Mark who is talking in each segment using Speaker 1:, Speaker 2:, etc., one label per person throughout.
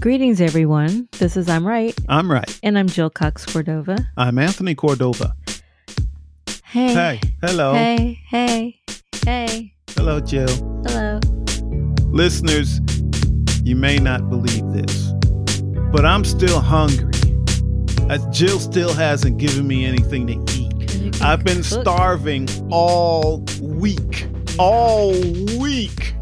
Speaker 1: Greetings, everyone. This is I'm Right,
Speaker 2: I'm right.
Speaker 1: and I'm Jill Cox Cordova.
Speaker 2: I'm Anthony Cordova.
Speaker 1: Hey.
Speaker 2: Hey, hello.
Speaker 1: Hey, hey, hey.
Speaker 2: Hello, Jill.
Speaker 1: Hello.
Speaker 2: Listeners, you may not believe this, but I'm still hungry. Uh, Jill still hasn't given me anything to eat. I've been starving all week. All week.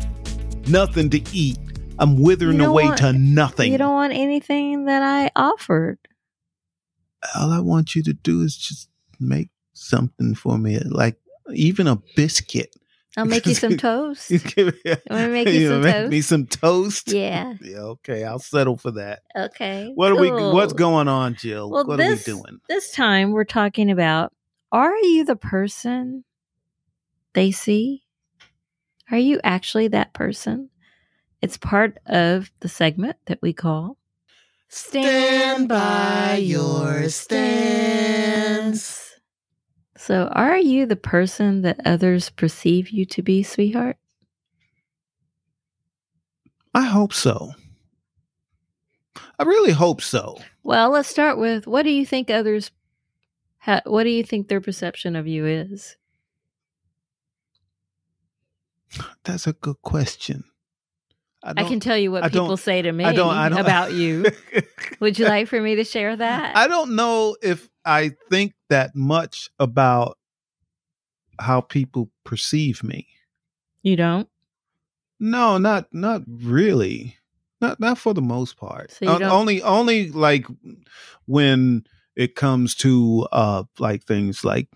Speaker 2: Nothing to eat. I'm withering
Speaker 1: You don't
Speaker 2: away
Speaker 1: want-
Speaker 2: to nothing.
Speaker 1: You don't want anything that I offered.
Speaker 2: all I want you to do is just make something for me, like even a biscuit.
Speaker 1: I'll make you some toast.
Speaker 2: You give me-
Speaker 1: wanna make you some
Speaker 2: make
Speaker 1: toast?
Speaker 2: me some toast.
Speaker 1: Yeah.
Speaker 2: Yeah, okay, I'll settle for that.
Speaker 1: Okay.
Speaker 2: What are we? What's
Speaker 1: cool.
Speaker 2: going on, Jill?
Speaker 1: Well,
Speaker 2: what
Speaker 1: this-
Speaker 2: are we doing?
Speaker 1: This time we're talking about are you the person they see? Are you actually that person? It's part of the segment that we call
Speaker 3: Stand by your stance.
Speaker 1: So, are you the person that others perceive you to be, sweetheart?
Speaker 2: I hope so. I really hope so.
Speaker 1: Well, let's start with what do you think others ha- what do you think their perception of you is?
Speaker 2: That's a good question.
Speaker 1: I, can tell you what
Speaker 2: I don't-
Speaker 1: people say to me
Speaker 2: I don't- I don't-
Speaker 1: about you. Would you like for me to share that?
Speaker 2: I don't know if I think that much about how people perceive me.
Speaker 1: you don't?
Speaker 2: No, not not really. Not not for the most part.
Speaker 1: So you
Speaker 2: O-
Speaker 1: don't-
Speaker 2: only only like when it comes to uh like things like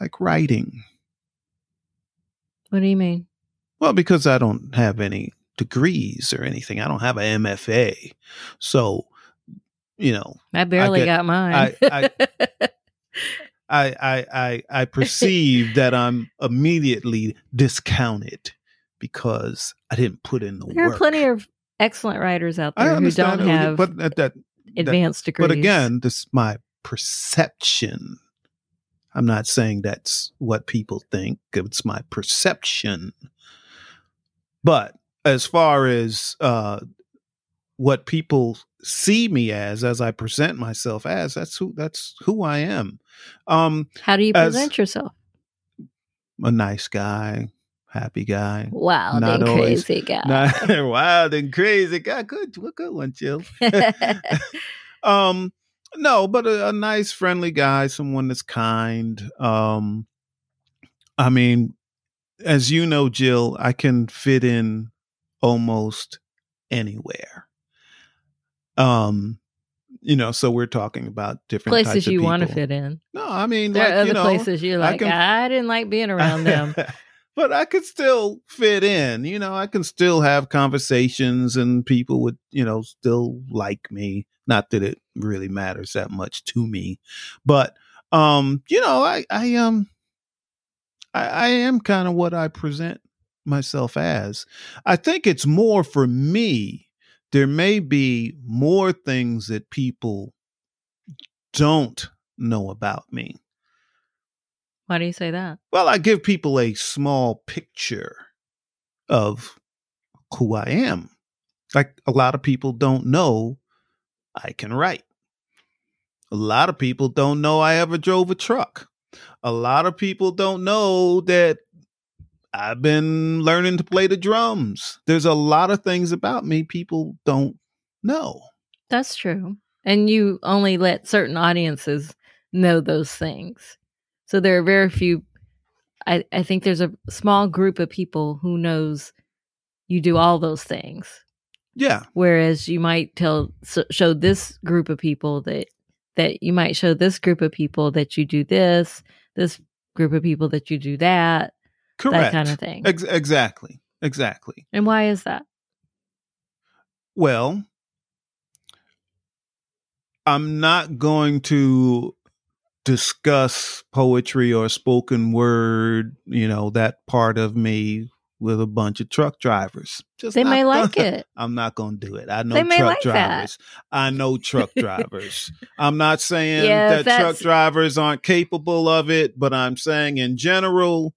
Speaker 2: like writing.
Speaker 1: What do you mean?
Speaker 2: Well, because I don't have any degrees or anything. I don't have a MFA. So, you know,
Speaker 1: I barely
Speaker 2: get-
Speaker 1: got mine.
Speaker 2: I- I I I, I perceive that I'm immediately discounted because I didn't put in the
Speaker 1: there
Speaker 2: work.
Speaker 1: are plenty of excellent writers out
Speaker 2: I
Speaker 1: there who don't
Speaker 2: understand,
Speaker 1: have
Speaker 2: but at that
Speaker 1: advanced degrees.
Speaker 2: But again, this is my perception. I'm not saying that's what people think. It's my perception. But as far as uh, what people see me as, as I present myself as, that's who that's who I am. Um,
Speaker 1: how do you
Speaker 2: as-
Speaker 1: present yourself?
Speaker 2: a nice guy, happy guy.
Speaker 1: Wild
Speaker 2: not
Speaker 1: and
Speaker 2: always-
Speaker 1: crazy guy.
Speaker 2: Not wild and crazy guy. Good, good one, Jill. um no but a, a nice friendly guy someone that's kind um i mean as you know jill i can fit in almost anywhere um you know so we're talking about different
Speaker 1: places
Speaker 2: types of
Speaker 1: you want to
Speaker 2: people.
Speaker 1: fit in.
Speaker 2: no i mean
Speaker 1: There
Speaker 2: like,
Speaker 1: are other
Speaker 2: you know,
Speaker 1: places you're
Speaker 2: I
Speaker 1: like, I,
Speaker 2: can-
Speaker 1: didn't like being around them.
Speaker 2: but I could still fit in, you know, I can still have conversations and people would, you know, still like me. Not that it really matters that much to me. But um, you know, I I um I, I am kind of what I present myself as. I think it's more for me. There may be more things that people don't know about me.
Speaker 1: Why do you say that?
Speaker 2: Well, I give people a small picture of who I am. Like a lot of people don't know I can write. A lot of people don't know I ever drove a truck. A lot of people don't know that I've been learning to play the drums. There's a lot of things about me people don't know.
Speaker 1: That's true. And you only let certain audiences know those things. So there are very few. I, I think there's a small group of people who knows you do all those things.
Speaker 2: Yeah.
Speaker 1: Whereas you might tell so, show this group of people that that you might show this group of people that you do this, this group of people that you do that, that
Speaker 2: Correct.
Speaker 1: kind of thing.
Speaker 2: Ex- exactly. Exactly.
Speaker 1: and why is that?
Speaker 2: Well, I'm not going to discuss poetry or spoken word, you know, that part of me with a bunch of truck drivers. Just
Speaker 1: They
Speaker 2: not
Speaker 1: may
Speaker 2: gonna-
Speaker 1: like it.
Speaker 2: I'm not going to do it. I know
Speaker 1: They may
Speaker 2: truck
Speaker 1: like that.
Speaker 2: drivers. I know truck drivers. I'm not saying
Speaker 1: Yeah, if
Speaker 2: that truck
Speaker 1: that's-
Speaker 2: drivers aren't capable of it, but I'm saying in general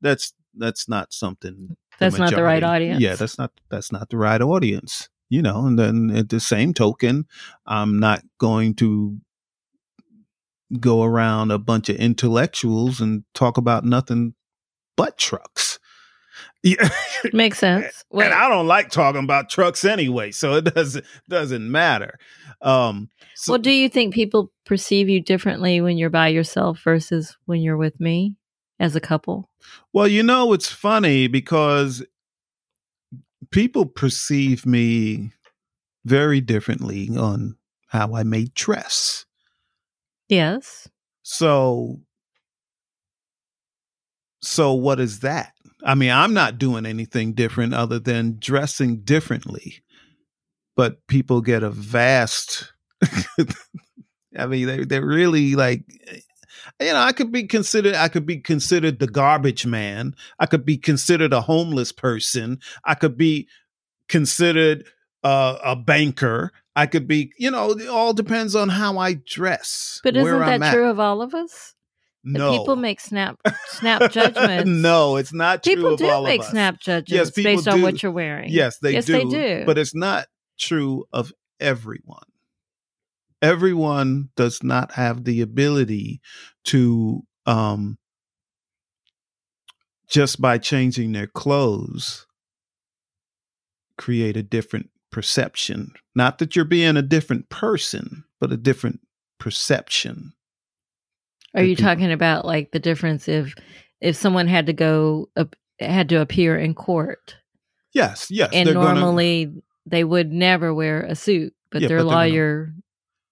Speaker 2: that's that's not something
Speaker 1: That's not the right
Speaker 2: majority-
Speaker 1: audience.
Speaker 2: Yeah, that's not that's not the right audience. you know, and then at the same token, I'm not going to go around a bunch of intellectuals and talk about nothing but trucks. Yeah.
Speaker 1: Makes sense. Wait,
Speaker 2: And I don't like talking about trucks anyway, so it doesn't doesn't matter. Um so
Speaker 1: well, do you think people perceive you differently when you're by yourself versus when you're with me as a couple?
Speaker 2: Well, you know, it's funny because people perceive me very differently on how I may dress.
Speaker 1: Yes.
Speaker 2: So, so what is that? I mean, I'm not doing anything different other than dressing differently, but people get a vast. I mean, they they really like, eh, you know, I could be considered. I could be considered the garbage man. I could be considered a homeless person. I could be considered uh, a banker. I could be, you know, it all depends on how I dress.
Speaker 1: But isn't
Speaker 2: where
Speaker 1: that
Speaker 2: I'm at.
Speaker 1: true of all of us? That
Speaker 2: No.
Speaker 1: People make snap snap judgments.
Speaker 2: no, it's not true
Speaker 1: People
Speaker 2: of
Speaker 1: do
Speaker 2: all
Speaker 1: make
Speaker 2: of us.
Speaker 1: snap judgments
Speaker 2: people
Speaker 1: based on
Speaker 2: do.
Speaker 1: what you're wearing.
Speaker 2: Yes, they
Speaker 1: Yes,
Speaker 2: do.
Speaker 1: they do.
Speaker 2: But it's not true of everyone. Everyone does not have the ability to um just by changing their clothes create a different perception. Not that you're being a different person, but a different perception.
Speaker 1: Are
Speaker 2: the
Speaker 1: you
Speaker 2: people.
Speaker 1: talking about like the difference if if someone had to go up, had to appear in court
Speaker 2: Yes, yes.
Speaker 1: and
Speaker 2: they're gonna-
Speaker 1: normally they would never wear a suit, but
Speaker 2: Yeah,
Speaker 1: their
Speaker 2: but they're gonna-
Speaker 1: lawyer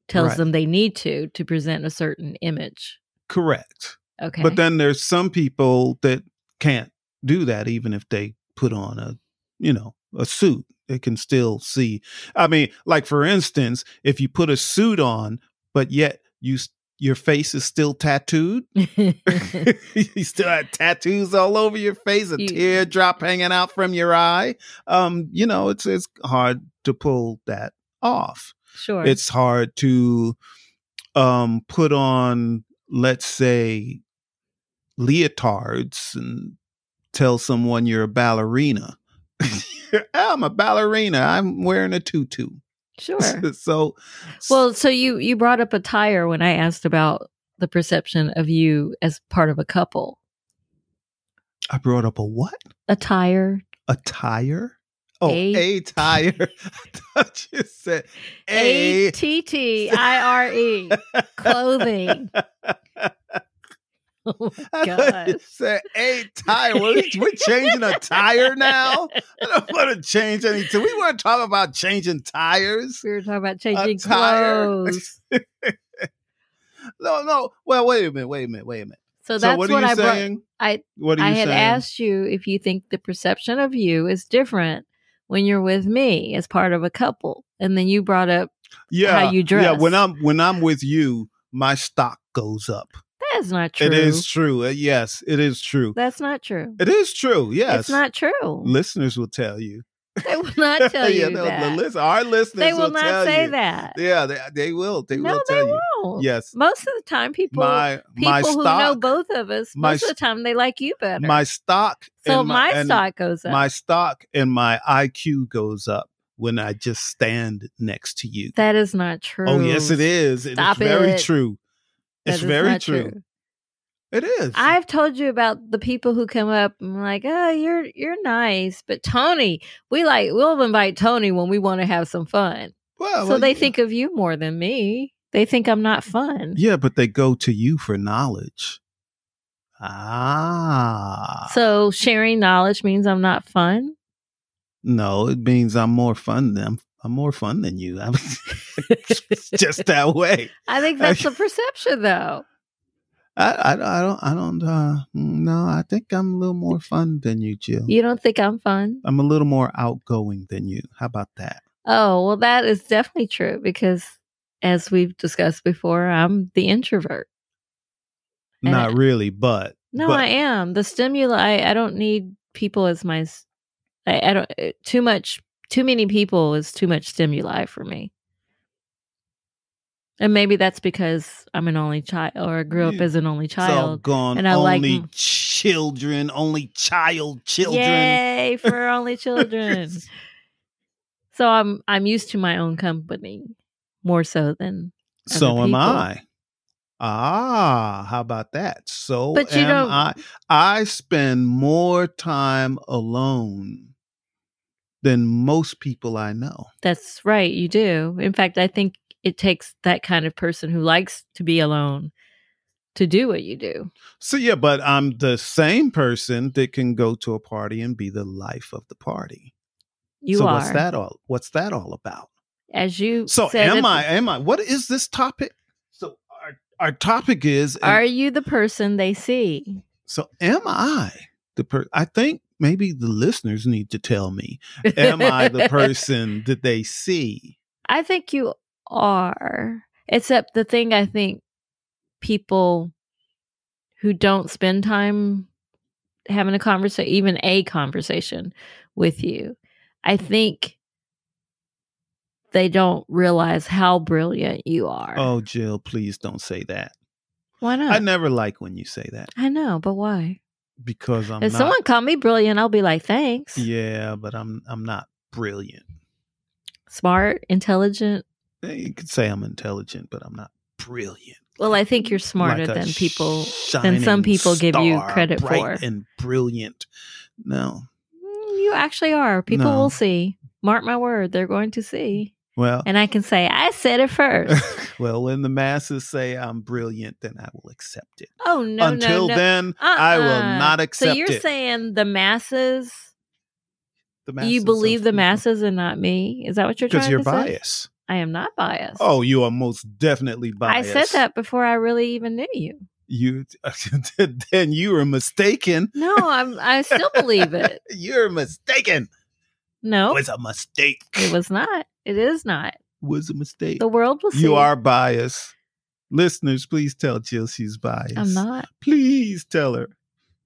Speaker 1: tells
Speaker 2: Right.
Speaker 1: them they need to to present a certain image.
Speaker 2: correct.
Speaker 1: Okay.
Speaker 2: But then there's some people that can't do that, even if they put on a, you know, a suit. They can still see. I mean, like for instance, if you put a suit on, but yet you s- your face is still tattooed. you still have tattoos all over your face, a
Speaker 1: You-
Speaker 2: teardrop hanging out from your eye. Um, you know, it's it's hard to pull that off
Speaker 1: sure.
Speaker 2: it's hard to um put on let's say leotards and tell someone you're a ballerina i'm a ballerina i'm wearing a tutu
Speaker 1: sure.
Speaker 2: so
Speaker 1: Well, so you you brought up attire when I asked about the perception of you as part of a couple.
Speaker 2: i brought up a what
Speaker 1: Attire.
Speaker 2: a tire oh
Speaker 1: A-
Speaker 2: a, tire i thought you said
Speaker 1: A
Speaker 2: a
Speaker 1: T T I R E. Clothing. Oh my
Speaker 2: I thought you
Speaker 1: gosh.
Speaker 2: said a tire. We're, we're changing a tire now. I don't want to change anything. We weren't talking about changing tires.
Speaker 1: We were talking about changing
Speaker 2: Attire.
Speaker 1: clothes.
Speaker 2: No, no. Well, wait a minute. Wait a minute. Wait a minute.
Speaker 1: So that's
Speaker 2: what
Speaker 1: what,
Speaker 2: are you
Speaker 1: I brought.
Speaker 2: saying?
Speaker 1: I-
Speaker 2: what are
Speaker 1: I
Speaker 2: you
Speaker 1: had
Speaker 2: saying?
Speaker 1: asked you if you think the perception of you is different when you're with me as part of a couple, and then you brought up
Speaker 2: yeah,
Speaker 1: how you
Speaker 2: Yeah,
Speaker 1: dress.
Speaker 2: when I'm when I'm with you, my stock goes up.
Speaker 1: that's not true.
Speaker 2: It is true. Uh, yes, it is true.
Speaker 1: That's not true.
Speaker 2: It is true. Yes,
Speaker 1: It's not true.
Speaker 2: listeners will tell you.
Speaker 1: They will not tell
Speaker 2: yeah,
Speaker 1: you
Speaker 2: they'll-
Speaker 1: that.
Speaker 2: The list, our listeners
Speaker 1: they will,
Speaker 2: tell
Speaker 1: not say
Speaker 2: you.
Speaker 1: that.
Speaker 2: Yeah, they, they will. They
Speaker 1: no,
Speaker 2: will
Speaker 1: they
Speaker 2: tell you.
Speaker 1: won't.
Speaker 2: Yes,
Speaker 1: Most of the time, people
Speaker 2: my
Speaker 1: people
Speaker 2: my
Speaker 1: who
Speaker 2: stock.
Speaker 1: know both of us,
Speaker 2: my
Speaker 1: most of the time, they like you better.
Speaker 2: my stock
Speaker 1: so
Speaker 2: and
Speaker 1: my,
Speaker 2: and
Speaker 1: stock goes up.
Speaker 2: my stock and my IQ goes up when I just stand next to you.
Speaker 1: that is not true.
Speaker 2: oh yes, it is. It is
Speaker 1: Stop
Speaker 2: very
Speaker 1: it.
Speaker 2: true.
Speaker 1: That
Speaker 2: it's
Speaker 1: is
Speaker 2: very
Speaker 1: not
Speaker 2: true. It is.
Speaker 1: I've told you about the people who come up and like, oh, you're you're nice, but Tony, we like we'll invite Tony when we want to have some fun.
Speaker 2: well,
Speaker 1: so
Speaker 2: well,
Speaker 1: they
Speaker 2: yeah.
Speaker 1: think of you more than me. They think I'm not fun.
Speaker 2: Yeah, but they go to you for knowledge. Ah.
Speaker 1: So sharing knowledge means I'm not fun.
Speaker 2: no, it means I'm more fun than I'm, I'm more fun than you. I'm it's just Oh, that way.
Speaker 1: I think that's the perception, though.
Speaker 2: I, I, I don't I don't uh no, I think I'm a little more fun than you, Jill.
Speaker 1: You don't think I'm fun?
Speaker 2: I'm a little more outgoing than you. How about that?
Speaker 1: Oh, well, that is definitely true because, as we've discussed before, I'm the introvert. And
Speaker 2: Not really, but
Speaker 1: No,
Speaker 2: but-
Speaker 1: I am. The stimuli, I don't need people as my, s- I, I don't, uh, too much, too many people is too much stimuli for me. And maybe that's because I'm an only child or I grew up
Speaker 2: You-
Speaker 1: as an only
Speaker 2: It's all
Speaker 1: child.
Speaker 2: gone.
Speaker 1: and I like
Speaker 2: only
Speaker 1: m-
Speaker 2: children, only child children.
Speaker 1: Yay for only children. So I'm I'm used to my own company more so than
Speaker 2: so am
Speaker 1: people.
Speaker 2: I. Ah, how about that? So
Speaker 1: But you
Speaker 2: am
Speaker 1: don't-
Speaker 2: I. I spend more time alone than most people I know.
Speaker 1: That's right, you do. In fact, I think it takes that kind of person who likes to be alone to do what you do.
Speaker 2: So yeah, but I'm the same person that can go to a party and be the life of the party.
Speaker 1: You
Speaker 2: so
Speaker 1: are
Speaker 2: what's that all what's that all about?
Speaker 1: as you
Speaker 2: So
Speaker 1: said at
Speaker 2: am
Speaker 1: the-
Speaker 2: I am I what is this topic? So our our topic is am-
Speaker 1: Are you the person they see?
Speaker 2: so am I the per I think maybe the listeners need to tell me am I the person that they see?
Speaker 1: I think you are. Except the thing I think people who don't spend time having a conversation, even a conversation with you, I think they don't realize how brilliant you are.
Speaker 2: Oh Jill, please don't say that.
Speaker 1: why not?
Speaker 2: I
Speaker 1: I know,
Speaker 2: never like when you say that
Speaker 1: but why?
Speaker 2: because I'm
Speaker 1: if
Speaker 2: not
Speaker 1: someone called me brilliant, I'll be like, thanks.
Speaker 2: Yeah, but I'm I'm not brilliant.
Speaker 1: Smart, intelligent.
Speaker 2: Eh, You could say I'm intelligent, but I'm not brilliant.
Speaker 1: Well, I think you're smarter
Speaker 2: like a
Speaker 1: than people.
Speaker 2: shining
Speaker 1: some people give you
Speaker 2: star,
Speaker 1: credit
Speaker 2: bright
Speaker 1: for.
Speaker 2: and brilliant no
Speaker 1: Mm, You actually are. People
Speaker 2: No.
Speaker 1: will see. Mark my word, they're going to see.
Speaker 2: well
Speaker 1: And I can say, I said it first.
Speaker 2: well when the masses say i'm brilliant then i will accept it
Speaker 1: Oh, no,
Speaker 2: until
Speaker 1: no, no.
Speaker 2: then i will
Speaker 1: Uh-uh.
Speaker 2: not accept
Speaker 1: So you're
Speaker 2: it
Speaker 1: saying the masses,
Speaker 2: the
Speaker 1: you
Speaker 2: of
Speaker 1: believe the
Speaker 2: people.
Speaker 1: masses and not me? Is that what you're trying
Speaker 2: because
Speaker 1: to
Speaker 2: you're
Speaker 1: say?
Speaker 2: biased
Speaker 1: I am not biased.
Speaker 2: oh you are most definitely
Speaker 1: I
Speaker 2: biased
Speaker 1: said that before I really even knew you.
Speaker 2: you then you were mistaken
Speaker 1: No, I'm, I still believe it.
Speaker 2: you're mistaken
Speaker 1: No,
Speaker 2: was a mistake
Speaker 1: it was not. It is not.
Speaker 2: was a mistake
Speaker 1: The world will see.
Speaker 2: you are biased listeners please tell jill she's biased
Speaker 1: I'm not.
Speaker 2: please tell her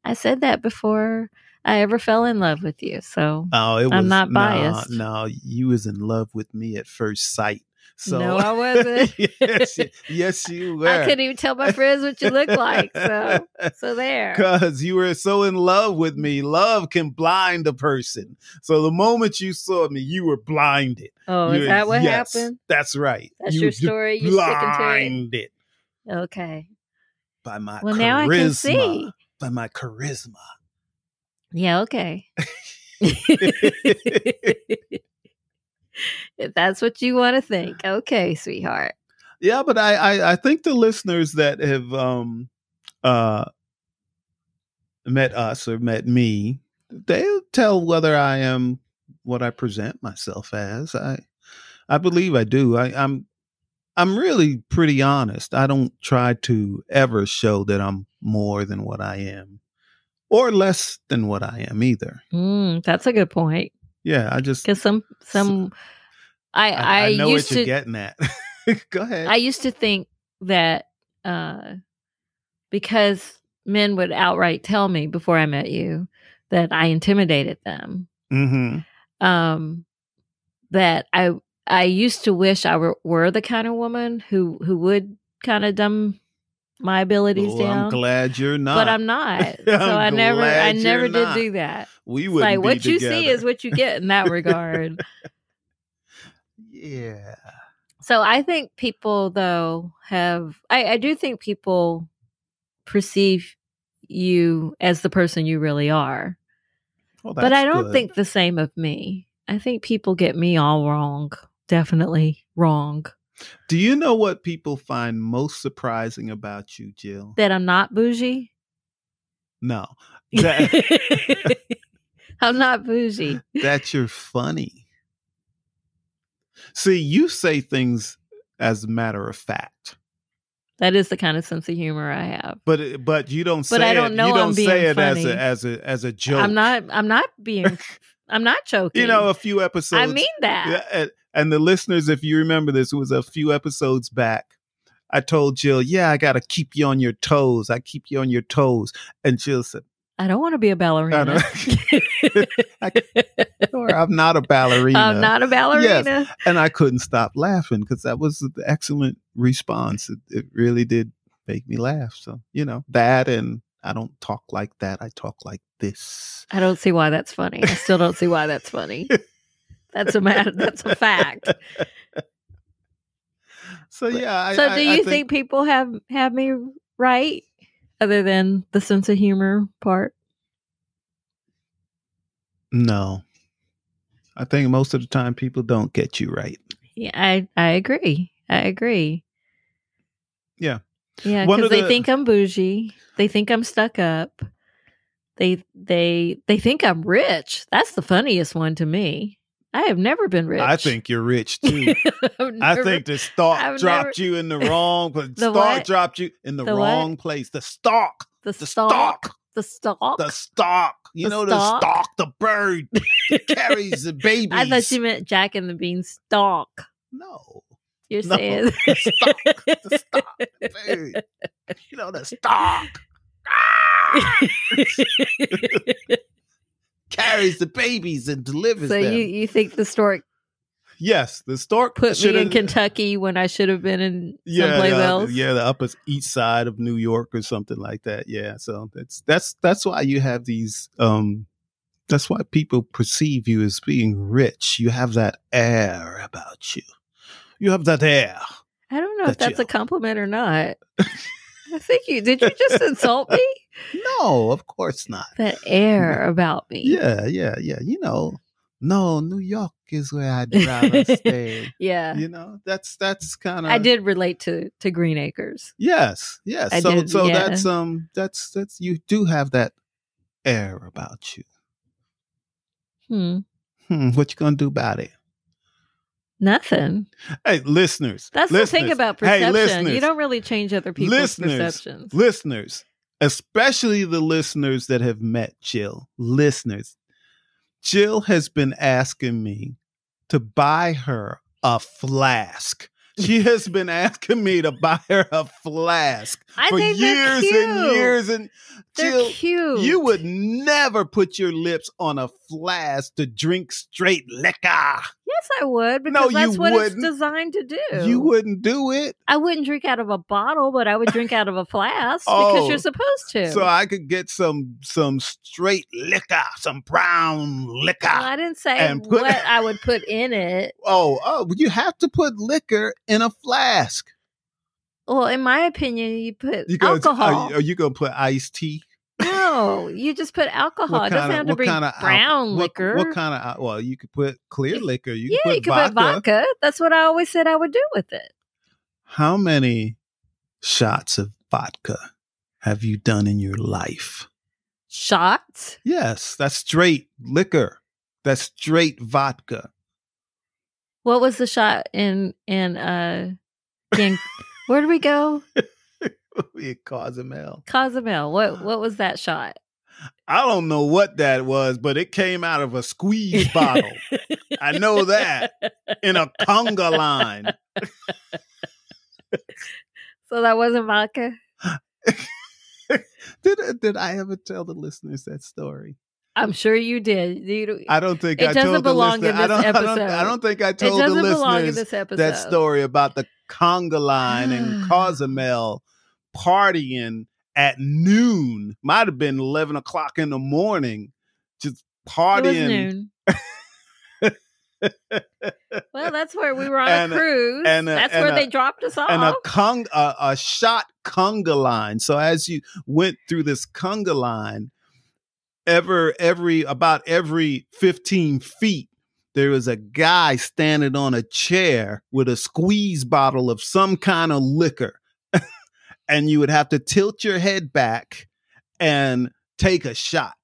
Speaker 1: I said that before I ever fell in love with you. So
Speaker 2: Oh, it was.
Speaker 1: I'm not
Speaker 2: no,
Speaker 1: biased.
Speaker 2: No, you was in love with me at first sight. So
Speaker 1: no, I wasn't.
Speaker 2: yes, you- yes, you were.
Speaker 1: I couldn't even tell my friends what you look like. So, so there.
Speaker 2: Because you were so in love with me, love can blind a person. So the moment you saw me, you were blinded.
Speaker 1: Oh,
Speaker 2: You
Speaker 1: is
Speaker 2: were-
Speaker 1: that what
Speaker 2: yes,
Speaker 1: happened?
Speaker 2: That's right.
Speaker 1: That's
Speaker 2: you
Speaker 1: your
Speaker 2: d-
Speaker 1: story. You sticking
Speaker 2: blinded
Speaker 1: to it? Okay.
Speaker 2: by my
Speaker 1: Well,
Speaker 2: charisma.
Speaker 1: now I can see.
Speaker 2: By my charisma.
Speaker 1: Yeah. Okay. if that's what you want to think, okay, sweetheart.
Speaker 2: Yeah, but I, I I think the listeners that have um uh met us or met me, they'll tell whether I am what I present myself as. I I believe I do. I, I'm I'm really pretty honest. I don't try to ever show that I'm more than what I am or less than what I am either.
Speaker 1: Mm, that's a good point.
Speaker 2: Yeah, I just
Speaker 1: Because some some I I,
Speaker 2: I, I know
Speaker 1: used
Speaker 2: what you're
Speaker 1: to
Speaker 2: getting at. Go ahead.
Speaker 1: I used to think that uh, because men would outright tell me before I met you that I intimidated them.
Speaker 2: mm-hmm.
Speaker 1: Um, that I I used to wish I were, were the kind of woman who who would kind of dumb my abilities
Speaker 2: Well,
Speaker 1: down.
Speaker 2: Oh, I'm glad you're not.
Speaker 1: But I'm not. So
Speaker 2: I'm
Speaker 1: I never I
Speaker 2: glad
Speaker 1: never
Speaker 2: you're
Speaker 1: did
Speaker 2: not.
Speaker 1: do that.
Speaker 2: we
Speaker 1: It's
Speaker 2: would
Speaker 1: like what you see is what you get in that regard.
Speaker 2: yeah
Speaker 1: So I think people though have I, I do think people perceive you as the person you really are.
Speaker 2: well,
Speaker 1: but
Speaker 2: that's
Speaker 1: I don't
Speaker 2: good.
Speaker 1: think the same of me. I think people get me all wrong. Definitely wrong.
Speaker 2: do you know what people find most surprising about you jill
Speaker 1: That I'm not bougie.
Speaker 2: no that,
Speaker 1: I'm not bougie.
Speaker 2: that you're funny see you say things as a matter of fact
Speaker 1: That is the kind of sense of humor I have.
Speaker 2: but it- but you don't say
Speaker 1: But I don't
Speaker 2: it
Speaker 1: know
Speaker 2: you
Speaker 1: I'm
Speaker 2: don't say
Speaker 1: being
Speaker 2: it as
Speaker 1: funny.
Speaker 2: a as a as a joke
Speaker 1: I'm not I'm not being I'm not joking.
Speaker 2: you know a few episodes
Speaker 1: I mean that.
Speaker 2: Yeah, and, and the listeners, if you remember this, it was a few episodes back. I told Jill, yeah, I got to keep you on your toes. I keep you on your toes. And Jill said,
Speaker 1: I don't want to be a ballerina.
Speaker 2: "Sure, I'm not a ballerina.
Speaker 1: I'm Um, not a ballerina.
Speaker 2: And I couldn't stop laughing because that was an excellent response. It, it really did make me laugh. So, you know, that and I don't talk like that. I talk like this.
Speaker 1: I don't see why that's funny. I still don't see why that's funny. That's a matter. That's a fact.
Speaker 2: So yeah. I,
Speaker 1: so,
Speaker 2: I-
Speaker 1: do
Speaker 2: I
Speaker 1: you think, people have have me right, other than the sense of humor part?
Speaker 2: No. I think most of the time people don't get you right.
Speaker 1: Yeah, I I agree. I agree.
Speaker 2: Yeah.
Speaker 1: Yeah,
Speaker 2: One
Speaker 1: because
Speaker 2: of
Speaker 1: they
Speaker 2: the-
Speaker 1: think I'm bougie. They think I'm stuck up. They they they think I'm rich. That's the funniest one to me. I have never been rich.
Speaker 2: I think you're rich too.
Speaker 1: I've
Speaker 2: I
Speaker 1: never-
Speaker 2: think the stalk
Speaker 1: I've
Speaker 2: dropped you in the wrong place.
Speaker 1: The
Speaker 2: stalk
Speaker 1: what?
Speaker 2: dropped you in the,
Speaker 1: The what?
Speaker 2: wrong place. The stalk.
Speaker 1: the,
Speaker 2: The
Speaker 1: stalk,
Speaker 2: stalk.
Speaker 1: the stalk.
Speaker 2: The stalk. You
Speaker 1: The
Speaker 2: know
Speaker 1: stalk?
Speaker 2: the stalk, the bird that carries the babies.
Speaker 1: I thought you meant Jack and the Beanstalk.
Speaker 2: No.
Speaker 1: You're
Speaker 2: No.
Speaker 1: saying
Speaker 2: The stalk. The stalk. the bird. You know the stalk. Ah! carries the babies and delivers
Speaker 1: so
Speaker 2: them.
Speaker 1: you, you think the stork
Speaker 2: yes, the stork
Speaker 1: put me
Speaker 2: shoulda-
Speaker 1: in Kentucky when I should have been in
Speaker 2: yeah,
Speaker 1: someplace
Speaker 2: yeah,
Speaker 1: else?
Speaker 2: yeah, the upper east side of New York or something like that. Yeah, so that's that's that's why you have these. um That's why people perceive you as being rich. You have that air about you. You have that air.
Speaker 1: I don't know if
Speaker 2: That you-
Speaker 1: that's a compliment or not. I think you did. You just insult me.
Speaker 2: No, of course not.
Speaker 1: That air about me.
Speaker 2: Yeah, yeah, yeah. You know, no, New York is where I'd rather stay.
Speaker 1: yeah.
Speaker 2: You know, that's that's kind of.
Speaker 1: I did relate to to Green Acres.
Speaker 2: Yes, yes.
Speaker 1: I
Speaker 2: so
Speaker 1: did,
Speaker 2: so
Speaker 1: yeah.
Speaker 2: that's um that's that's you do have that air about you.
Speaker 1: Hmm.
Speaker 2: Hmm, what you gonna do about it?
Speaker 1: Nothing.
Speaker 2: Hey, listeners.
Speaker 1: That's
Speaker 2: listeners,
Speaker 1: the thing about
Speaker 2: Hey,
Speaker 1: perception.
Speaker 2: listeners,
Speaker 1: you don't really change other people's
Speaker 2: Listeners.
Speaker 1: perceptions.
Speaker 2: listeners, especially the listeners that have met Jill. Listeners, Jill has been asking me to buy her a flask. She has been asking me to buy her a flask
Speaker 1: I
Speaker 2: for
Speaker 1: think they're
Speaker 2: years
Speaker 1: cute.
Speaker 2: and years and
Speaker 1: They're
Speaker 2: Jill,
Speaker 1: cute.
Speaker 2: You would never put your lips on a flask to drink straight liquor.
Speaker 1: Yes, I would because
Speaker 2: No,
Speaker 1: that's
Speaker 2: you
Speaker 1: what
Speaker 2: wouldn't.
Speaker 1: it's designed to do.
Speaker 2: You wouldn't do it.
Speaker 1: I wouldn't drink out of a bottle, but I would drink out of a flask
Speaker 2: Oh.
Speaker 1: because you're supposed to.
Speaker 2: So I could get some some straight liquor, some brown liquor.
Speaker 1: Well, I didn't say
Speaker 2: and put-
Speaker 1: what I would put in it.
Speaker 2: oh, oh, you have to put liquor in a flask.
Speaker 1: Well, in my opinion, you put
Speaker 2: You gonna-
Speaker 1: alcohol.
Speaker 2: Are, you- are you gonna put iced tea?
Speaker 1: no, you just put alcohol. It doesn't
Speaker 2: kinda-
Speaker 1: have to be
Speaker 2: kinda al-
Speaker 1: brown
Speaker 2: what-
Speaker 1: liquor.
Speaker 2: What, kind of? Well, you could put clear liquor. You
Speaker 1: yeah,
Speaker 2: could
Speaker 1: you
Speaker 2: put
Speaker 1: could
Speaker 2: vodka.
Speaker 1: put vodka. That's what I always said I would do with it.
Speaker 2: How many shots of vodka have you done in your life?
Speaker 1: Shots.
Speaker 2: Yes, that's straight liquor. That's straight vodka.
Speaker 1: What was the shot in in uh in where did we go?
Speaker 2: it Cozumel.
Speaker 1: Cozumel.
Speaker 2: Ah.
Speaker 1: What what was that shot?
Speaker 2: I don't know what that was, but it came out of a squeeze bottle I know that. in a conga line.
Speaker 1: So that wasn't vodka.
Speaker 2: Did uh, did I ever tell the listeners that story?
Speaker 1: I'm sure you did. You don't-
Speaker 2: I don't think
Speaker 1: It
Speaker 2: I
Speaker 1: doesn't
Speaker 2: told the
Speaker 1: belong in
Speaker 2: listener- I
Speaker 1: this
Speaker 2: don't, I don't-
Speaker 1: episode.
Speaker 2: I don't think I
Speaker 1: it
Speaker 2: told the
Speaker 1: doesn't belong in
Speaker 2: listeners
Speaker 1: this episode. Ah.
Speaker 2: that story about the conga line and Cozumel partying at noon. Might have been eleven o'clock in the morning, just
Speaker 1: It was
Speaker 2: partying.
Speaker 1: noon. well, that's where we were on
Speaker 2: And a-
Speaker 1: a cruise.
Speaker 2: and a-
Speaker 1: that's
Speaker 2: and
Speaker 1: where
Speaker 2: a-
Speaker 1: they dropped us off.
Speaker 2: And a cong a, a shot conga line. So as you went through this conga line, ever every about every fifteen feet, there was a guy standing on a chair with a squeeze bottle of some kind of liquor, and you would have to tilt your head back and take a shot.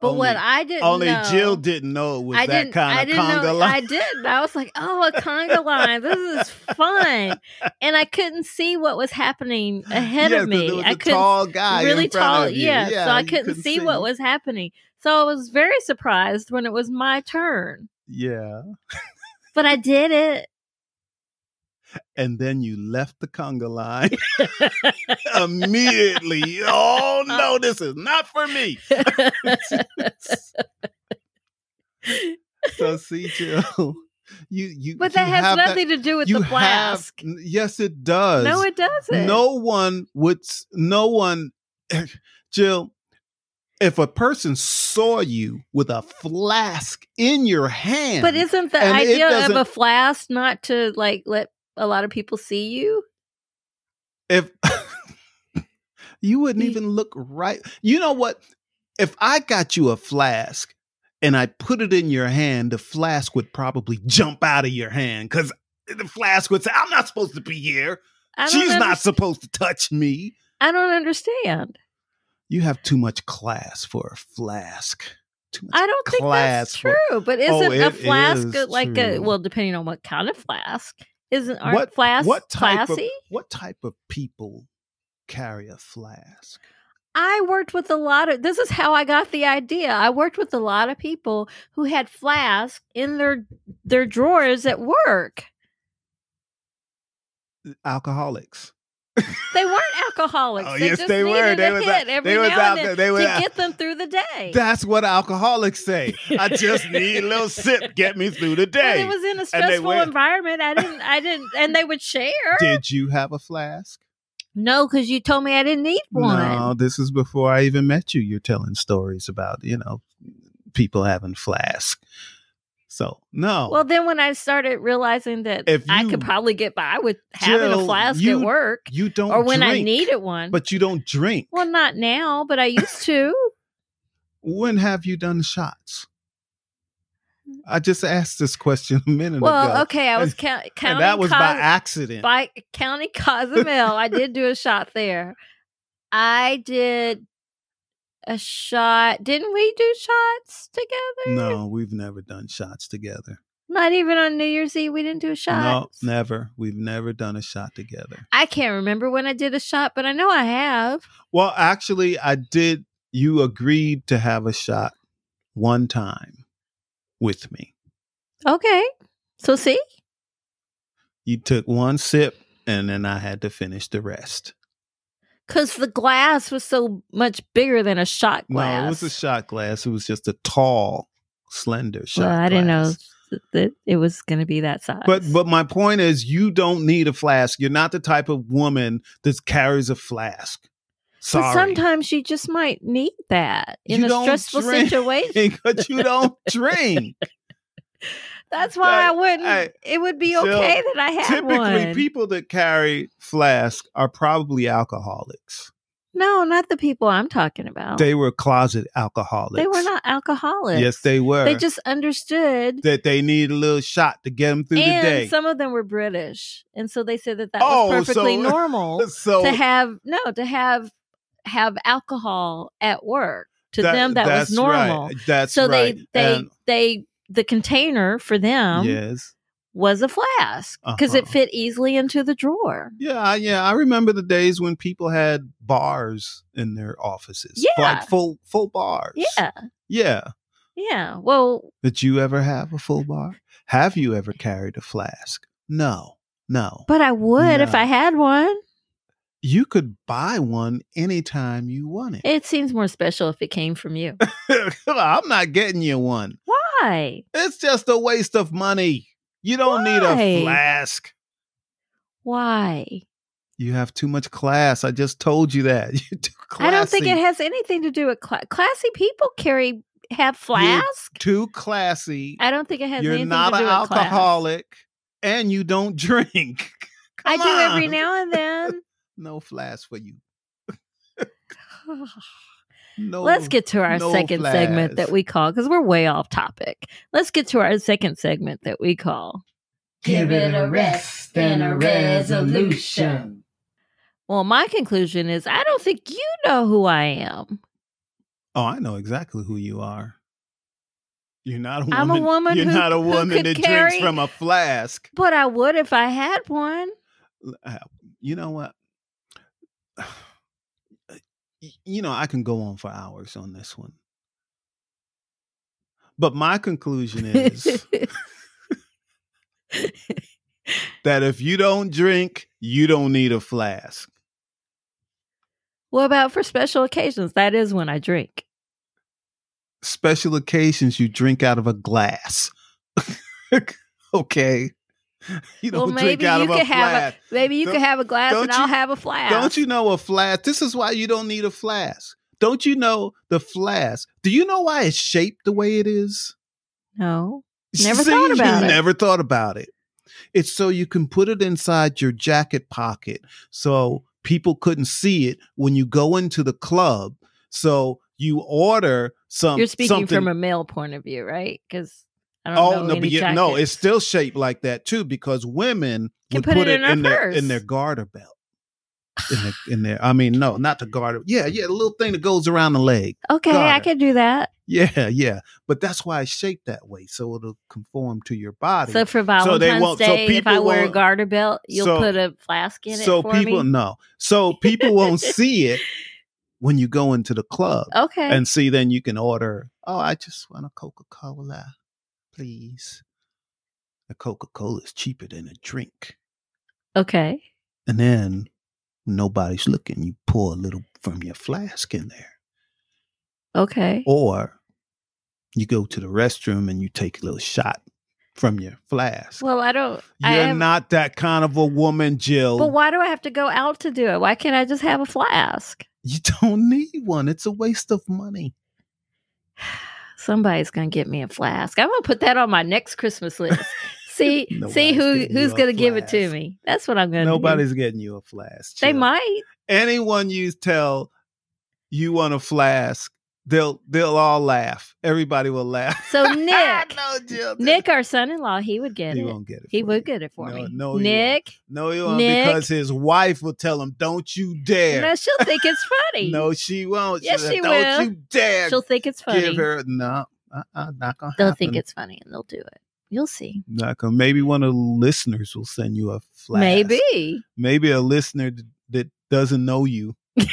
Speaker 1: but
Speaker 2: only-
Speaker 1: what I didn't
Speaker 2: Only
Speaker 1: know,
Speaker 2: Jill didn't know it was
Speaker 1: I
Speaker 2: that
Speaker 1: didn't. I
Speaker 2: kind of
Speaker 1: didn't know.
Speaker 2: conga line.
Speaker 1: I did. I was like, "Oh, a conga line. This is fun," and I couldn't see what was happening ahead
Speaker 2: Yeah,
Speaker 1: of
Speaker 2: 'cause
Speaker 1: me.
Speaker 2: There was
Speaker 1: I
Speaker 2: a
Speaker 1: couldn't
Speaker 2: tall guy, in
Speaker 1: really
Speaker 2: front
Speaker 1: tall.
Speaker 2: of you.
Speaker 1: Yeah, so I
Speaker 2: you
Speaker 1: couldn't, see, what was happening. So I was very surprised when it was my turn.
Speaker 2: Yeah,
Speaker 1: But I did it.
Speaker 2: and then you left the conga line immediately. Oh no, this is not for me. So see, Jill, you you.
Speaker 1: but
Speaker 2: you
Speaker 1: that has
Speaker 2: have
Speaker 1: nothing to do with
Speaker 2: you
Speaker 1: the
Speaker 2: have-
Speaker 1: flask.
Speaker 2: yes, it does.
Speaker 1: no, it doesn't.
Speaker 2: no one would. s- No one, Jill. if a person saw you with a flask in your hand,
Speaker 1: But isn't the
Speaker 2: And it
Speaker 1: idea of
Speaker 2: doesn't-
Speaker 1: a flask not to like let a lot of people see you?
Speaker 2: if you wouldn't
Speaker 1: You-
Speaker 2: even look right, you know what? If I got you a flask and I put it in your hand, the flask would probably jump out of your hand because the flask would say, "I'm not supposed to be here.
Speaker 1: I don't
Speaker 2: She's not
Speaker 1: underst-
Speaker 2: supposed to touch me."
Speaker 1: I don't understand.
Speaker 2: You have too much class for a flask. Too much
Speaker 1: I don't think that's
Speaker 2: class for-
Speaker 1: true. But isn't a
Speaker 2: Oh, it
Speaker 1: flask
Speaker 2: is
Speaker 1: a- like a
Speaker 2: true.
Speaker 1: well, depending on what kind of flask, isn't aren't
Speaker 2: What-
Speaker 1: flasks
Speaker 2: what type
Speaker 1: classy?
Speaker 2: of what type of people carry a flask?
Speaker 1: I worked with a lot of this is how I got the idea. I worked with a lot of people who had flasks in their their drawers at work.
Speaker 2: Alcoholics.
Speaker 1: They weren't alcoholics.
Speaker 2: Oh,
Speaker 1: they
Speaker 2: yes,
Speaker 1: just
Speaker 2: they were.
Speaker 1: needed
Speaker 2: They
Speaker 1: a
Speaker 2: was
Speaker 1: hit
Speaker 2: out-
Speaker 1: every
Speaker 2: they was
Speaker 1: now and
Speaker 2: out there.
Speaker 1: then
Speaker 2: They was
Speaker 1: to
Speaker 2: out-
Speaker 1: get them through the day.
Speaker 2: That's what alcoholics say. I just need a little sip, get me through the
Speaker 1: Well,
Speaker 2: day.
Speaker 1: it was in a
Speaker 2: they
Speaker 1: stressful
Speaker 2: went-
Speaker 1: environment. I didn't. I didn't. And they would share.
Speaker 2: Did you have a flask?
Speaker 1: no, because you told me I didn't need one.
Speaker 2: No, this is before I even met you. You're telling stories about, you know, people having flask. So, no.
Speaker 1: Well, then when I started realizing that
Speaker 2: If
Speaker 1: I
Speaker 2: you-
Speaker 1: could probably get by with having
Speaker 2: Jill,
Speaker 1: a flask
Speaker 2: you
Speaker 1: at work,
Speaker 2: you don't
Speaker 1: or when I
Speaker 2: drink,
Speaker 1: needed one.
Speaker 2: But you don't drink.
Speaker 1: well, not now, but I used to.
Speaker 2: when have you done shots? I just asked this question a minute ago.
Speaker 1: well, okay, I was count, counting.
Speaker 2: and that was by
Speaker 1: Cos-
Speaker 2: accident.
Speaker 1: by County Cozumel. I did do a shot there. I did a shot. Didn't we do shots together?
Speaker 2: no, we've never done shots together.
Speaker 1: Not even on New Year's Eve. We didn't do a shot.
Speaker 2: No, never. We've never done a shot together.
Speaker 1: I can't remember when I did a shot, but I know I have.
Speaker 2: Well, actually, I did. You agreed to have a shot one time with me.
Speaker 1: Okay. So see,
Speaker 2: You took one sip, and then I had to finish the rest.
Speaker 1: because the glass was so much bigger than a shot glass.
Speaker 2: No, it was a shot glass. It was just a tall, slender shot.
Speaker 1: Well, I didn't know
Speaker 2: glass.
Speaker 1: th- that it was going to be that size.
Speaker 2: But but my point is, you don't need a flask. You're not the type of woman that carries a flask.
Speaker 1: So
Speaker 2: Sorry,
Speaker 1: sometimes you just might need that in
Speaker 2: You
Speaker 1: a
Speaker 2: don't
Speaker 1: stressful
Speaker 2: drink.
Speaker 1: situation.
Speaker 2: because you don't drink.
Speaker 1: That's why I
Speaker 2: That-
Speaker 1: wouldn't.
Speaker 2: I-
Speaker 1: it would be
Speaker 2: Jill,
Speaker 1: okay that I had
Speaker 2: Typically,
Speaker 1: one.
Speaker 2: people that carry flasks are probably alcoholics.
Speaker 1: no, not the people I'm talking about. Oh. They,
Speaker 2: They were closet alcoholics.
Speaker 1: were not alcoholics.
Speaker 2: Yes, they were.
Speaker 1: They just understood.
Speaker 2: that they need a little shot to get them through
Speaker 1: and
Speaker 2: the day.
Speaker 1: some of them were British, and so they said that that
Speaker 2: Oh,
Speaker 1: was perfectly
Speaker 2: so-
Speaker 1: normal
Speaker 2: so
Speaker 1: to have no to have have alcohol at work. To
Speaker 2: that-
Speaker 1: them, that was
Speaker 2: that's
Speaker 1: normal.
Speaker 2: Right. That's
Speaker 1: so
Speaker 2: right.
Speaker 1: they they um,
Speaker 2: And-
Speaker 1: they the container for them
Speaker 2: yes.
Speaker 1: was a flask because it
Speaker 2: Uh-huh.
Speaker 1: fit easily into the drawer.
Speaker 2: Yeah, I- yeah. I remember the days when people had bars in their offices.
Speaker 1: Yeah.
Speaker 2: Like full full bars.
Speaker 1: Yeah,
Speaker 2: Yeah.
Speaker 1: yeah. Well,
Speaker 2: Did you ever have a full bar? Have you ever carried a flask? No. No.
Speaker 1: But I would if
Speaker 2: No.
Speaker 1: I had one.
Speaker 2: you could buy one anytime you want it.
Speaker 1: It seems more special if it came from you.
Speaker 2: I'm not getting you one.
Speaker 1: Why?
Speaker 2: It's just a waste of money. You don't need
Speaker 1: Why?
Speaker 2: a flask.
Speaker 1: Why?
Speaker 2: You have too much class. I just told you that. You're too classy.
Speaker 1: I don't think it has anything to do with cla- classy people carry have flask.
Speaker 2: too classy.
Speaker 1: I don't think it has
Speaker 2: You're
Speaker 1: anything
Speaker 2: not
Speaker 1: to do
Speaker 2: an
Speaker 1: with
Speaker 2: alcoholic, and you don't drink.
Speaker 1: Class. I
Speaker 2: Come
Speaker 1: do every
Speaker 2: on.
Speaker 1: now and then.
Speaker 2: No flask for you. No.
Speaker 1: Let's get to our
Speaker 2: no
Speaker 1: second segment that
Speaker 2: flask.
Speaker 1: we call because we're way off topic. Let's get to our second segment that we call.
Speaker 3: Give it a rest and a resolution.
Speaker 1: Well, my conclusion is I don't think you know who I am.
Speaker 2: Oh, I know exactly who you are. You're not a woman.
Speaker 1: I'm a woman
Speaker 2: You're
Speaker 1: who-
Speaker 2: not a
Speaker 1: who
Speaker 2: woman
Speaker 1: could
Speaker 2: that
Speaker 1: carry-
Speaker 2: drinks from a flask.
Speaker 1: But I would if I had one.
Speaker 2: Uh, You know what? You know, I can go on for hours on this one. But my conclusion is that if you don't drink, you don't need a flask.
Speaker 1: What about for special occasions? That is when I drink.
Speaker 2: Special occasions, you drink out of a glass. okay. You
Speaker 1: Well,
Speaker 2: don't drink
Speaker 1: maybe
Speaker 2: out
Speaker 1: you
Speaker 2: of a
Speaker 1: could have a-
Speaker 2: flask.
Speaker 1: Maybe you
Speaker 2: Don't-
Speaker 1: could have a glass
Speaker 2: don't
Speaker 1: and I'll
Speaker 2: you-
Speaker 1: have a flask.
Speaker 2: Don't you know a flask? This is why you don't need a flask. Don't you know the flask? Do you know why it's shaped the way it is?
Speaker 1: No. Never thought about
Speaker 2: you
Speaker 1: it.
Speaker 2: Never thought about it. It's so you can put it inside your jacket pocket, so people couldn't see it when you go into the club. So you order some.
Speaker 1: You're speaking
Speaker 2: Um, something-
Speaker 1: from a male point of view, right? Because I don't
Speaker 2: Oh
Speaker 1: know
Speaker 2: no,
Speaker 1: any
Speaker 2: but yeah, no,
Speaker 1: jackets.
Speaker 2: it's still shaped like that too because women
Speaker 1: Can
Speaker 2: would
Speaker 1: put it in our
Speaker 2: their
Speaker 1: purse.
Speaker 2: in their garter belt. In their, in their, I mean, no, not the garter. Yeah, yeah, the little thing that goes around the leg.
Speaker 1: okay.
Speaker 2: got
Speaker 1: I
Speaker 2: it.
Speaker 1: could do that.
Speaker 2: Yeah, yeah, but that's why it's shaped that way, so it'll conform to your body.
Speaker 1: So for
Speaker 2: So
Speaker 1: Valentine's
Speaker 2: they won't- so
Speaker 1: Day, if I
Speaker 2: people
Speaker 1: wear a
Speaker 2: won't-
Speaker 1: garter belt, you'll
Speaker 2: so-
Speaker 1: put a flask in it
Speaker 2: so
Speaker 1: for
Speaker 2: people
Speaker 1: me.
Speaker 2: no, so people won't see it when you go into the club,
Speaker 1: Okay.
Speaker 2: and see. Then you can order. Oh, I just want a Coca Cola, please. A Coca Cola is cheaper than a drink.
Speaker 1: okay.
Speaker 2: And then when nobody's looking, you pour a little from your flask in there.
Speaker 1: Okay.
Speaker 2: Or you go to the restroom and you take a little shot from your flask.
Speaker 1: Well, I don't. I
Speaker 2: You're
Speaker 1: have-
Speaker 2: not that kind of a woman, Jill.
Speaker 1: But why do I have to go out to do it? Why can't I just have a flask?
Speaker 2: you don't need one. It's a waste of money.
Speaker 1: Somebody's gonna get me a flask. I'm gonna put that on my next Christmas list. See,
Speaker 2: Nobody's
Speaker 1: see who
Speaker 2: getting you
Speaker 1: who's
Speaker 2: a
Speaker 1: gonna give it to
Speaker 2: flask.
Speaker 1: me. That's what I'm gonna. do.
Speaker 2: Nobody's getting you a flask.
Speaker 1: They
Speaker 2: Jill.
Speaker 1: might.
Speaker 2: Anyone you tell you want a flask, they'll they'll all laugh. Everybody will laugh.
Speaker 1: So Nick,
Speaker 2: no, Jill,
Speaker 1: Nick, our son-in-law, he would get
Speaker 2: he
Speaker 1: it.
Speaker 2: won't get it.
Speaker 1: He
Speaker 2: for
Speaker 1: would
Speaker 2: you.
Speaker 1: get it for
Speaker 2: No,
Speaker 1: me.
Speaker 2: no, he
Speaker 1: Nick,
Speaker 2: No, he won't
Speaker 1: Nick.
Speaker 2: because his wife will tell him, "Don't you dare."
Speaker 1: no, she'll think it's funny.
Speaker 2: No, she won't.
Speaker 1: Yes,
Speaker 2: She'll-
Speaker 1: she
Speaker 2: Don't
Speaker 1: will.
Speaker 2: you dare
Speaker 1: she'll think it's funny.
Speaker 2: give her no. Uh-uh, not gonna
Speaker 1: they'll
Speaker 2: happen.
Speaker 1: think it's funny and they'll do it. You'll see.
Speaker 2: not gonna. Maybe one of the listeners will send you a flash.
Speaker 1: Maybe.
Speaker 2: maybe a listener d- that doesn't know you.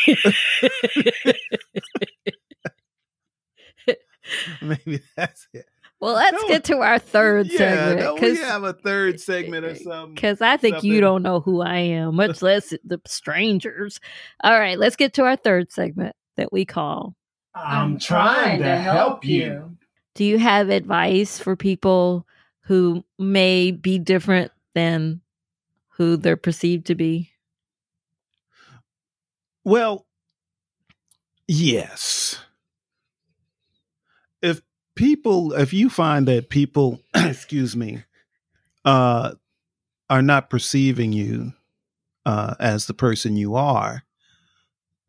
Speaker 2: Maybe that's it.
Speaker 1: well, let's
Speaker 2: No.
Speaker 1: get to our third
Speaker 2: yeah,
Speaker 1: segment.
Speaker 2: no, we
Speaker 1: 'cause-
Speaker 2: have a third segment or something.
Speaker 1: Because I think you
Speaker 2: Something.
Speaker 1: don't know who I am, much less the strangers. All right, let's get to our third segment that we call
Speaker 3: I'm trying to help you.
Speaker 1: Do you have advice for people who may be different than who they're perceived to be?
Speaker 2: Well, yes. If people, if you find that people, excuse me, uh, are not perceiving you uh, as the person you are,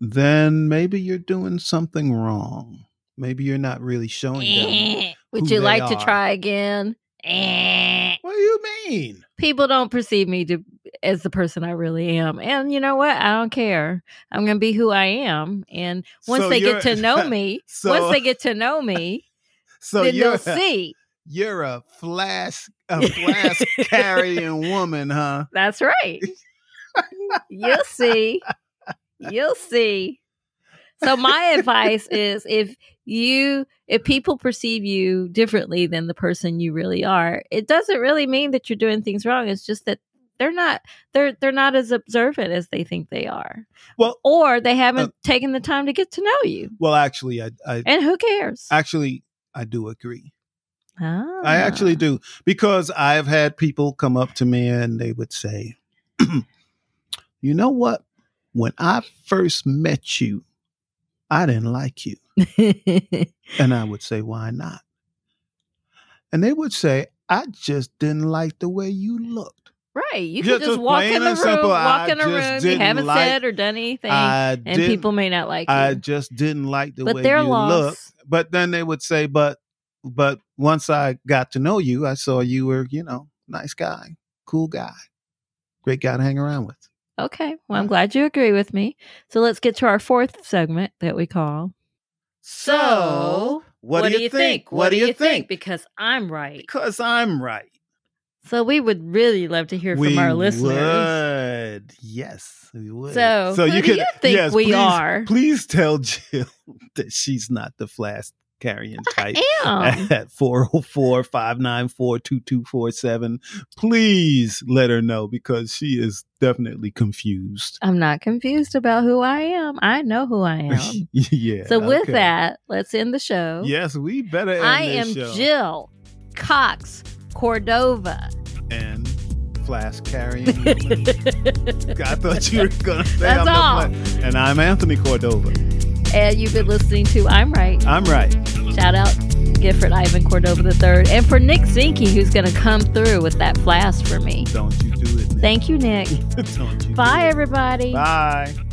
Speaker 2: then maybe you're doing something wrong. Maybe you're not really showing them.
Speaker 1: Would
Speaker 2: who
Speaker 1: you
Speaker 2: they
Speaker 1: like to
Speaker 2: are.
Speaker 1: try again? Eh.
Speaker 2: What do you mean?
Speaker 1: People don't perceive me to as the person I really am. And you know what? I don't care. I'm going to be who I am. And once
Speaker 2: So
Speaker 1: they get to
Speaker 2: you're-
Speaker 1: know me,
Speaker 2: So,
Speaker 1: once they get to know me,
Speaker 2: so
Speaker 1: then
Speaker 2: you're,
Speaker 1: they'll see.
Speaker 2: you're a flask, a flask carrying woman, huh?
Speaker 1: That's right. You'll see. You'll see. So my advice is if you if people perceive you differently than the person you really are, it doesn't really mean that you're doing things wrong. It's just that they're not they're they're not as observant as they think they are.
Speaker 2: Well-
Speaker 1: or they haven't
Speaker 2: Uh,
Speaker 1: taken the time to get to know you.
Speaker 2: Well, actually, I, I
Speaker 1: And who cares?
Speaker 2: actually i do agree
Speaker 1: Ah.
Speaker 2: i actually do because i've had people come up to me and they would say you know what when i first met you i didn't like you and i would say why not and they would say i just didn't like the way you looked
Speaker 1: right. You can
Speaker 2: Yeah,
Speaker 1: just
Speaker 2: just
Speaker 1: walk in
Speaker 2: plain
Speaker 1: the room,
Speaker 2: and simple,
Speaker 1: walk
Speaker 2: I
Speaker 1: in a
Speaker 2: just
Speaker 1: room, you
Speaker 2: didn't
Speaker 1: haven't
Speaker 2: like-
Speaker 1: said or done anything.
Speaker 2: i
Speaker 1: and
Speaker 2: didn't-
Speaker 1: people may not like
Speaker 2: i
Speaker 1: you.
Speaker 2: just didn't like the
Speaker 1: but
Speaker 2: way
Speaker 1: they're
Speaker 2: you looked
Speaker 1: lost.
Speaker 2: but then they would say but but once i got to know you i saw you were you know nice guy cool guy great guy to hang around with
Speaker 1: Okay. Well, I'm glad you agree with me. So let's get to our fourth segment that we call. Because I'm right.
Speaker 2: because i'm right
Speaker 1: So we would really love to hear from our listeners.
Speaker 2: would yes we would
Speaker 1: So, who do you think
Speaker 2: yes,
Speaker 1: we
Speaker 2: please-
Speaker 1: are?
Speaker 2: please tell jill that she's not the flask carrying type
Speaker 1: Am.
Speaker 2: at 404-594-2247 please let her know because she is definitely confused
Speaker 1: I'm not confused about who I am. I know who I am.
Speaker 2: yeah
Speaker 1: so with
Speaker 2: okay.
Speaker 1: that, let's end the show.
Speaker 2: yes we better end
Speaker 1: I
Speaker 2: this
Speaker 1: am
Speaker 2: show.
Speaker 1: Jill Cox Cordova.
Speaker 2: and flask carrying woman. i thought you were gonna say
Speaker 1: That's
Speaker 2: i'm the
Speaker 1: all.
Speaker 2: fla- and i'm anthony cordova
Speaker 1: And you've been listening to I'm Right.
Speaker 2: I'm right.
Speaker 1: Shout out Gifford Ivan Cordova III and for Nick Zinke, who's going to come through with that flask for me.
Speaker 2: Don't you do it. Nick.
Speaker 1: Thank you, Nick.
Speaker 2: Don't you do
Speaker 1: Bye,
Speaker 2: it.
Speaker 1: everybody.
Speaker 2: Bye.